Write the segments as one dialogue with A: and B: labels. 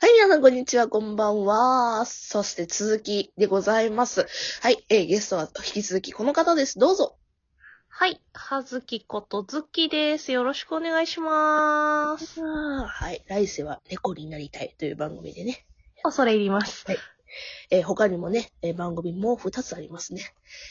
A: 皆さん、こんにちは、こんばんは。そして、続きでございます。はい、えーゲストは引き続きこの方です。どうぞ。
B: はい。はずきことずきです。よろしくお願いしまーす。
A: はい、来世は猫になりたいという番組でね。
B: 恐れ入ります。
A: えー他にもね、えー番組もう2つありますね。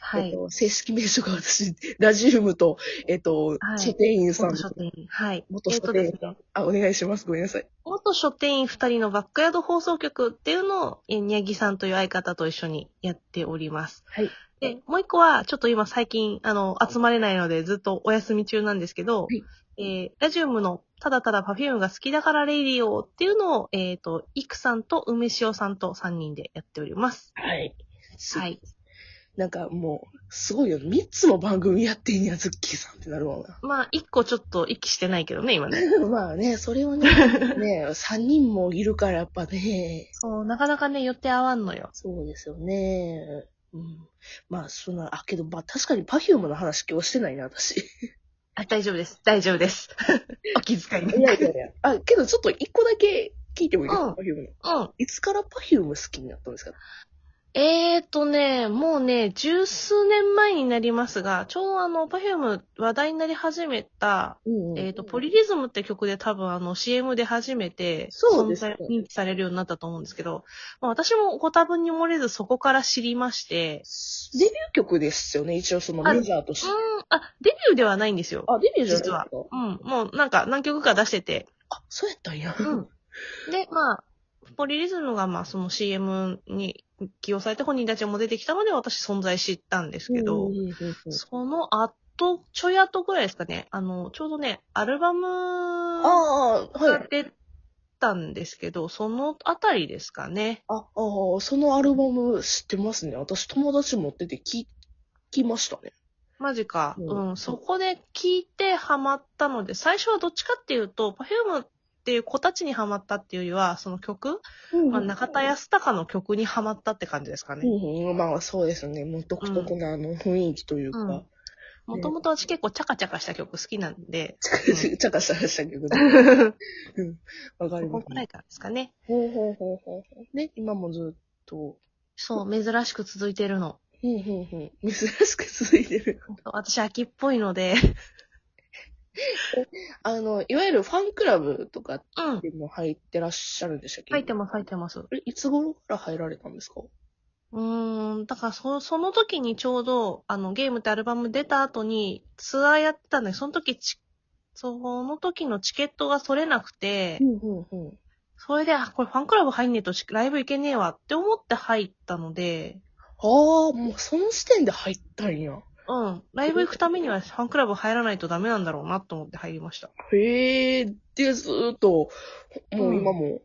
B: は
A: えっ
B: い。
A: と、正式名称が私、ラジウムと、えっと、
B: はい
A: 書店員さん
B: 元。書店員。はい。
A: 元書
B: えっと
A: 店
B: で
A: 員
B: すね
A: あ、お願いします。ごめんなさい。
B: 元書店員二人のバックヤード放送局っていうのを、え、宮城さんという相方と一緒にやっております。
A: はい。
B: で、もう一個は、ちょっと今最近、あの、集まれないので、ずっとお休み中なんですけど、
A: はい
B: えーラジウムの、ただただパフュームが好きだからレイディオっていうのを、えっ、と、いくさんと梅塩さんと三人でやっております。
A: はい。。
B: はいい。
A: なんかもう、すごいよ。3つも番組やってんや、ズッキーさんってなる わな。
B: まあ、一個ちょっと息してないけどね、今ね。
A: まあね、それはね、ね、3人もいるからやっぱね、
B: そう、なかなかね、予定合わんのよ。
A: そうですよね。うん、まあ、そんな、あ、けど、まあ確かに Perfume の話今日してないな、私。
B: あ、大丈夫です。大丈夫です。 お気遣い
A: いや
B: ね。
A: いやいや。 あ、けどちょっと1個だけ聞いてもいいです
B: うん
A: か、Perfume の。
B: うん。
A: いつから Perfume 好きになったんですか
B: えーとね、もうね、十数年前になりますが、ちょうどあの、パフューム話題になり始めた、
A: うん
B: えーと、ポリリズムって曲で多分あの、CM で初めて、
A: そうですね
B: 存在認知されるようになったと思うんですけど、まあ、私もご多分に漏れずそこから知りまして、
A: デビュー曲ですよね、一応その
B: あ
A: メジャーとし
B: う
A: て
B: ん。、あ、デビューではないんですよ。
A: あ、デビューじゃないです
B: 実は
A: か。
B: うん、もうなんか何曲か出してて、
A: あ、そうやったんや。
B: うん。で、まあ、ポリリズムが、まあ、その CM に起用されて本人たちも出てきたので、私存在知ったんですけど
A: うん、うんうんうん
B: その後、ちょい後ぐらいですかね、あの、ちょうどね、アルバム
A: ああ、
B: が
A: はい。
B: 出たんですけど、そのあたりですかね。
A: あ、ああ、そのアルバム知ってますね。私友達持ってて聞きましたね。
B: マジか。
A: うん
B: うん、そこで聞いてハマったので、最初はどっちかっていうと、Perfume っていう子たちにハマったっていうよりは、その曲、
A: うん
B: まあ、中田康隆の曲にハマったって感じですかね。
A: うん、まあそうですね。もう独特なあの雰囲気というか。
B: うんもともと私結構チャカチャカした曲好きなんで、
A: ちゃかしたらしたけ ど。うんわかりま
B: ここ
A: す
B: く。らいからですかね。
A: ほうほうほうほうほう。ね、今もずっと。
B: そう、珍しく続いてるの。
A: ふんふんふん。珍しく続いてる。
B: 私秋っぽいので、
A: あの、いわゆるファンクラブとかっ
B: うん。
A: ても入ってらっしゃるんでしたっけ
B: 入ってます、入ってます。う
A: えいつ頃から入られたんですか
B: ーん、だからそ、その時にちょうど、あの、ゲームってアルバム出た後にツアーやってたんで、その時ち、その時のチケットが取れなくて、
A: んうんうん。
B: それで、あ、これファンクラブ入んねえとしライブ行けねえわって思って入ったので、
A: ああ、もうその時点で入ったんや。
B: うん。ライブ行くためにはファンクラブ入らないとダメなんだろうなと思って入りました。
A: へえ、で、ずーっと、もう今も、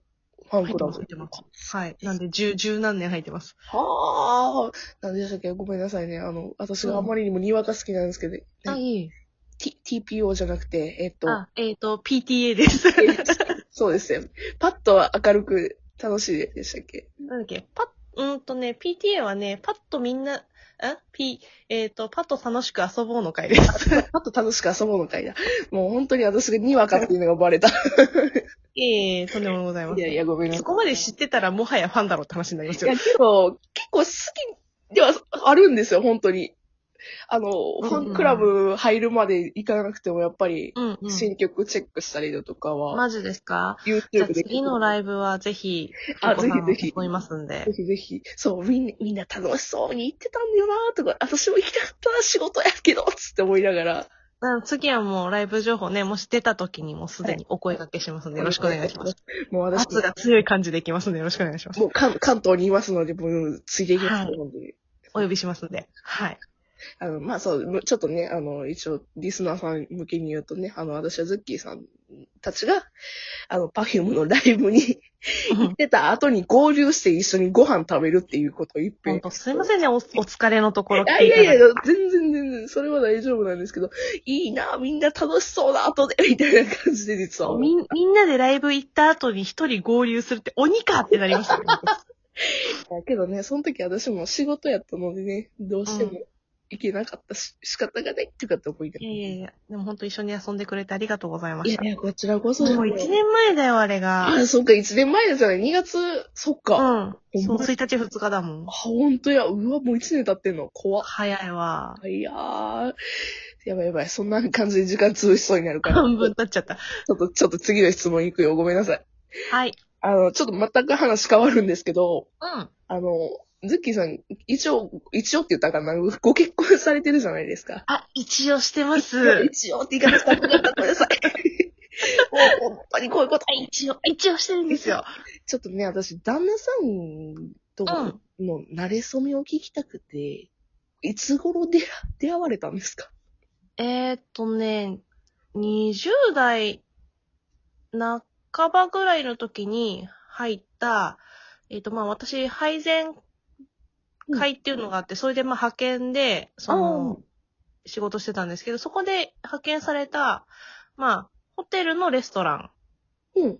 A: ファン
B: 入っ
A: ク
B: て
A: ラ
B: ま
A: ブ。
B: す、入ってます。はい。なんで、十、十何年入ってます。
A: はあ、なんでしたっけごめんなさいね。あの、私があまりにもにわか好きなんですけど、
B: あ、いい。
A: T- TPO じゃなくて、えっと、
B: あ、えっ、と、PTA です。
A: そうですね。パッと明るく楽しいでしたっけ
B: なんだっけ、パッ、うーんとね、PTA はね、パッとみんな、ん ?P、えっ、と、パッと楽しく遊ぼうの会です。
A: パッと楽しく遊ぼうの会だ。もう本当に私がにわかっていうのがバレた。 い
B: ええとんでもございません。
A: やいや、ごめんなさ
B: そ
A: い。
B: こまで知ってたらもはやファンだろうって話になります
A: いや、
B: よ。
A: けど、結構好きではあるんですよ、本当に。あの、
B: うん
A: ファンクラブ入るまで行かなくても、やっぱり、
B: うんうん。
A: 新曲チェックしたりだとかは、
B: マジですかじゃあ
A: YouTube で。
B: 次のライブはぜひ、
A: あ
B: お子さんも
A: ぜひぜひ
B: 思いますんで
A: ぜ。ひぜひ。そう、みんな、みんな楽しそうに行ってたんだよなとか、私も行きたかったな、仕事やけど、つって思いながら。
B: うん次はもうライブ情報ね、もし出た時にもうすでにお声掛けしますんで、よろしくお願いします。。
A: もう私、
B: 圧が強い感じでいきますんで、よろしくお願いします。
A: もう関関東にいますので、もう、ついていきます、
B: はい
A: 本当に。
B: お呼びしますんで。 はい。
A: あの、まあそう、むちょっとね、あの、一応、リスナーさん向けに言うとね、あの、私はズッキーさんたちが、あの、パフュームのライブに出た後に合流して一緒にご飯食べるっていうことを一
B: 本
A: 遍。
B: 当すいませんね、おお疲れのところ
A: い
B: 来
A: や
B: て
A: い
B: いただいて。
A: やいや、全然全然、それは大丈夫なんですけど、いいな、みんな楽しそうだ、後で、みたいな感じで実は思う。
B: みん、みんなでライブ行った後に一人合流するって鬼かってなりましたね。
A: だけどね、その時私も仕事やったのでね、どうしても
B: うん
A: 行けなかったし、仕方がないっていうかって思いなが
B: いやいやいや、でも本当一緒に遊んでくれてありがとうございま
A: ら。い
B: し
A: や
B: た。
A: いや、こちらこそ。
B: もう1年前だよ、あれが。
A: あ、そっか、1年前ですよね。2月、そっ
B: う
A: か。あ、
B: ん。そう、1日2日だもん。
A: ほんとや。うわ、もう1年経ってんの。怖っ。
B: 早いわ。
A: いやー。やばいやばい。そんな感じで時間潰しそうになるから。
B: 半分経っちゃった。
A: ちょっと、ちょっと次の質問行くよ。ごめんなさい。
B: はい。
A: あの、ちょっと全く話変わるんですけど、
B: うん。
A: あの、ズッキーさん、一応、一応って言ったらあかんな、ご結婚されてるじゃないですか。
B: あ、一応してま
A: い や
B: す。
A: 一応って言い方したくなった。ごめんなさい。もう本当にこういうこと。
B: 一応、一応してるんですよ。
A: ちょっとね、私、旦那さんと
B: うん。
A: の慣れ初めを聞きたくて、いつ頃出会出会われたんですか
B: えー、っとね、20代半ばぐらいの時に入った、えーっと、まあ私、配膳会っていうのがあって、それでまあ派遣で、その、仕事してたんですけど、そこで派遣された、まあ、ホテルのレストラ
A: うん。
B: ン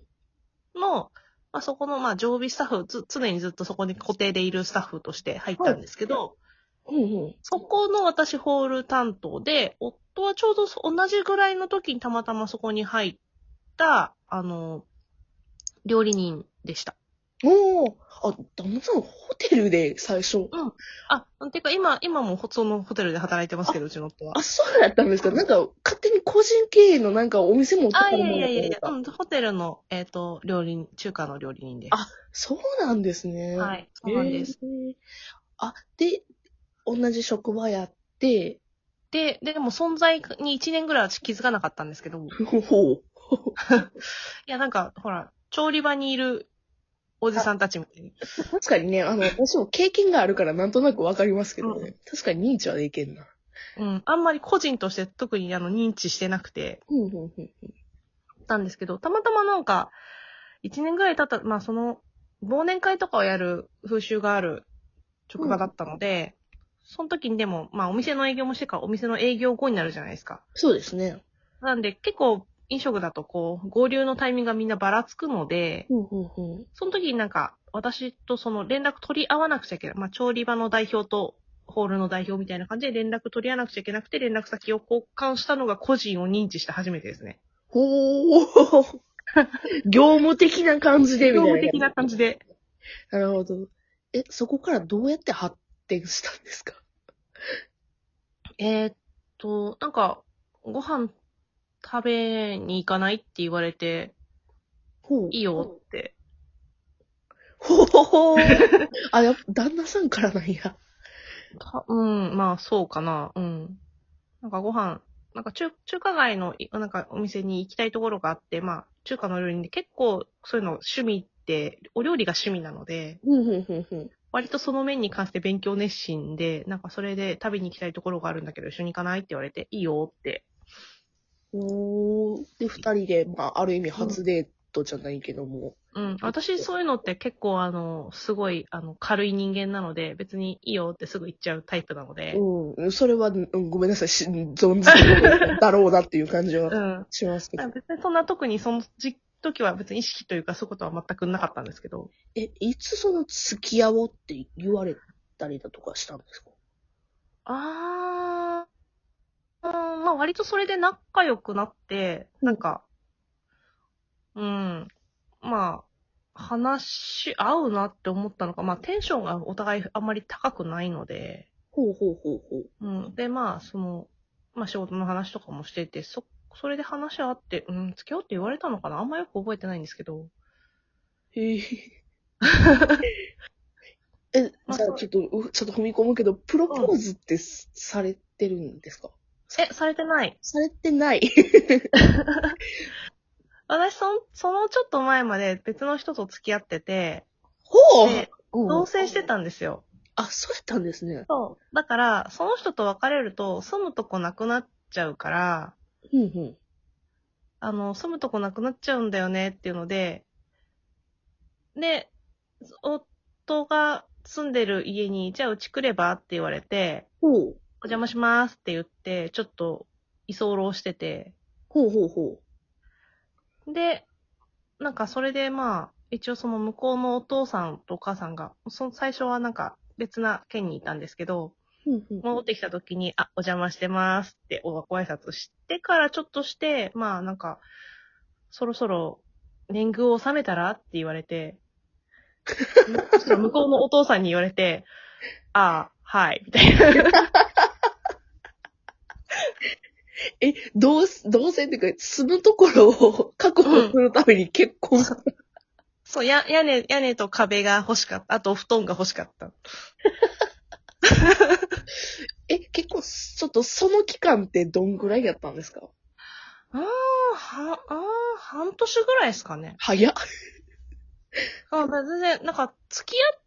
B: の、まあそこの、まあ常備スタッフ、つ常にずっとそこに固定でいるスタッフとして入ったんですけど、
A: うんうん。
B: そこの私ホール担当で、夫はちょうどそ同じぐらいの時にたまたまそこに入った、あの、料理人でした。
A: おーあ、旦那さん、ホテルで最初。
B: あ、てか今、今もほそのホテルで働いてますけど、うちの夫は
A: あ、。そうだったんですかなんか、勝手に個人経営のなんかお店持ってた
B: あ、
A: も
B: いやいやいや
A: の
B: い
A: だ
B: や
A: と、
B: う
A: 思った
B: ん、ホテルの、えっ、と、料理人、中華の料理人です。
A: あそうなんですね。。
B: はいい、そうなんです。。
A: あ、で、同じ職場やって、
B: で、でも存在に1年ぐらいは私気づかなかったんですけど、い
A: ほほ
B: や、なんか、ほら、調理場にいるおじさんたちみたいに。
A: 確かにね、 あの、私も経験があるからなんとなくわかりますけどね。確かに認知はできんな。
B: うん、あんまり個人として特にあの認知してなくて、
A: うん、うん、うん。
B: ったんですけど、たまたまなんか、一年ぐらい経った、まあその、忘年会とかをやる風習がある職場だったので、その時にでも、まあお店の営業もしてからお店の営業後になるじゃないですか。
A: そうですね。
B: なんで結構飲食だとこう、合流のタイミングがみんなばらつくので、
A: うん、うん、うん。
B: その時になんか、私とその連絡取り合わなくちゃいけない。まあ調理場の代表と、ホールの代表みたいな感じで連絡取り合わなくちゃいけなくて、連絡先を交換したのが個人を認知して初めてですね。
A: ほー。 業務的な感じで、みたい
B: 業
A: な。
B: 務的な感じで。
A: なるほど。え、そこからどうやって発展したんですか
B: えーっと、なんか、ご飯食べに行かないって言われて、
A: ほう
B: いいよ。って。
A: ほほほ ー。あ、やっぱ旦那さんからなんや。
B: たうん、まあ、そうかな。うん。なんかご飯、なんか中中華街のい、なんかお店に行きたいところがあって、まあ、中華の料理で結構そういうの趣味って、お料理が趣味なので、
A: うん、うん、うん、うん。
B: 割とその面に関して勉強熱心で、なんかそれで食べに行きたいところがあるんだけど一緒に行かないって言われて、いいよって。
A: おー。で、二人で、まあ、ある意味初デートじゃないけども。
B: うん。私、そういうのって結構、あの、すごい、あの、軽い人間なので、別にいいよってすぐ言っちゃうタイプなので。
A: うん。それは、うんごめんなさい、し存じてるだろうなっていう感じ
B: う
A: は
B: ん。
A: しますけど。
B: 別にそんな特にその時時は別に意識というかそういうことは全くなかったんですけど。
A: え、いつその付き合おうって言われたりだとかしたんですか
B: あー。うん、まあ割とそれで仲良くなって、なんか、うん。まあ、話し合うなって思ったのか、まあテンションがお互いあんまり高くないので、
A: ほうほうほうほう。
B: うん。で、まあ、その、まあ仕事の話とかもしてて、そ、それで話し合って、うん、付き合おうって言われたのかなあんまよく覚えてないんですけど。
A: へえ。え、
B: まあ
A: じゃあちょっと、うちょっと踏み込むけど、プロポーズってすされてるんですか
B: え、されてない。
A: されてない。
B: 私、その、そのちょっと前まで別の人と付き合ってて、
A: ほ
B: で、
A: う
B: 同棲してたんですよ。
A: あ、そうやったんですね。
B: そう。だから、その人と別れると、住むとこなくなっちゃうから、
A: うんうん。
B: あの、住むとこなくなっちゃうんだよねっていうので、で、夫が住んでる家に、じゃあうち来ればって言われて、
A: ほう。
B: お邪魔しますって言って、ちょっと居候してて。
A: ほうほうほ
B: で、なんかそれでまあ、一応その向こうのお父さんとお母さんが、その最初はなんか別な県にいたんですけど、
A: うんうん
B: 戻ってきた時に、あ、お邪魔してますっておご挨拶してからちょっとして、まあなんか、そろそろ年貢を納めたらって言われて、そしたら向こうのお父さんに言われて、ああ、はい、みたいな。
A: え、同せ、同棲っていうか、住むところを確保するために結婚、
B: そう、や、屋根、屋根と壁が欲しかった。あと、お布団が欲しかった。
A: え、結構、ちょっとその期間ってどんぐらいやったんですか
B: ああ、は、ああ、半年ぐらいですかね。
A: 早っ。
B: あまあ全然、なんか、付き合っ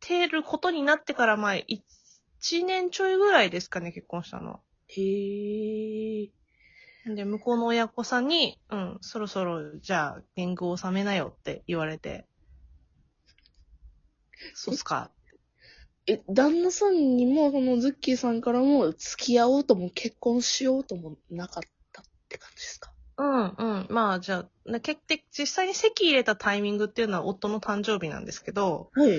B: てることになってから、まあ、一年ちょいぐらいですかね、結婚したのは。
A: へえ。
B: で、向こうの親子さんに、うん、そろそろ、じゃあ、年貢を納めなよって言われて。そうっすか。
A: え、旦那さんにも、そのズッキーさんからも、付き合おうとも結婚しようともなかったって感じですか
B: うん、うん。まあ、じゃあ、な結局、実際に籍入れたタイミングっていうのは夫の誕生日なんですけど、
A: はい。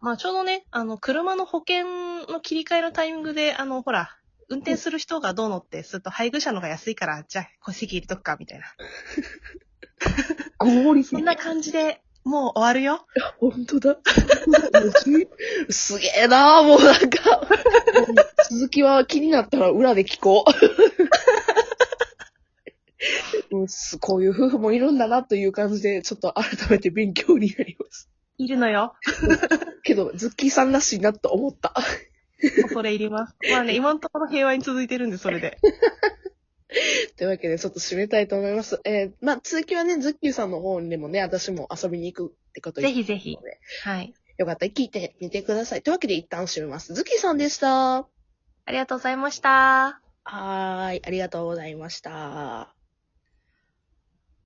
B: まあ、ちょうどね、あの、車の保険の切り替えのタイミングで、あの、ほら、運転する人がどうのってすると、配偶者のが安いから、じゃあ、これ席入れとくか、みたいな。
A: あ、もり
B: そんな感じで、もう終わるよ。
A: 本当だ。 すげえなもうなんか。続きは気になったら裏で聞こう。 うんすこういう夫婦もいるんだなという感じで、ちょっと改めて勉強になります。
B: いるのよ。
A: けど、ズッキーさんらしいなと思った。
B: もうそれいり ます。まあね、今のところ平和に続いてるんで、それで。
A: というわけで、ちょっと締めたいと思います。えー、まあ、続きはね、ズッキーさんの方にもね、私も遊びに行くってことで
B: ぜひぜひ。はい。
A: よかったら聞いてみてください。というわけで、一旦締めます。ズッキーさんでした。は
B: ありがとうございました。
A: ーい、ありがとうございました。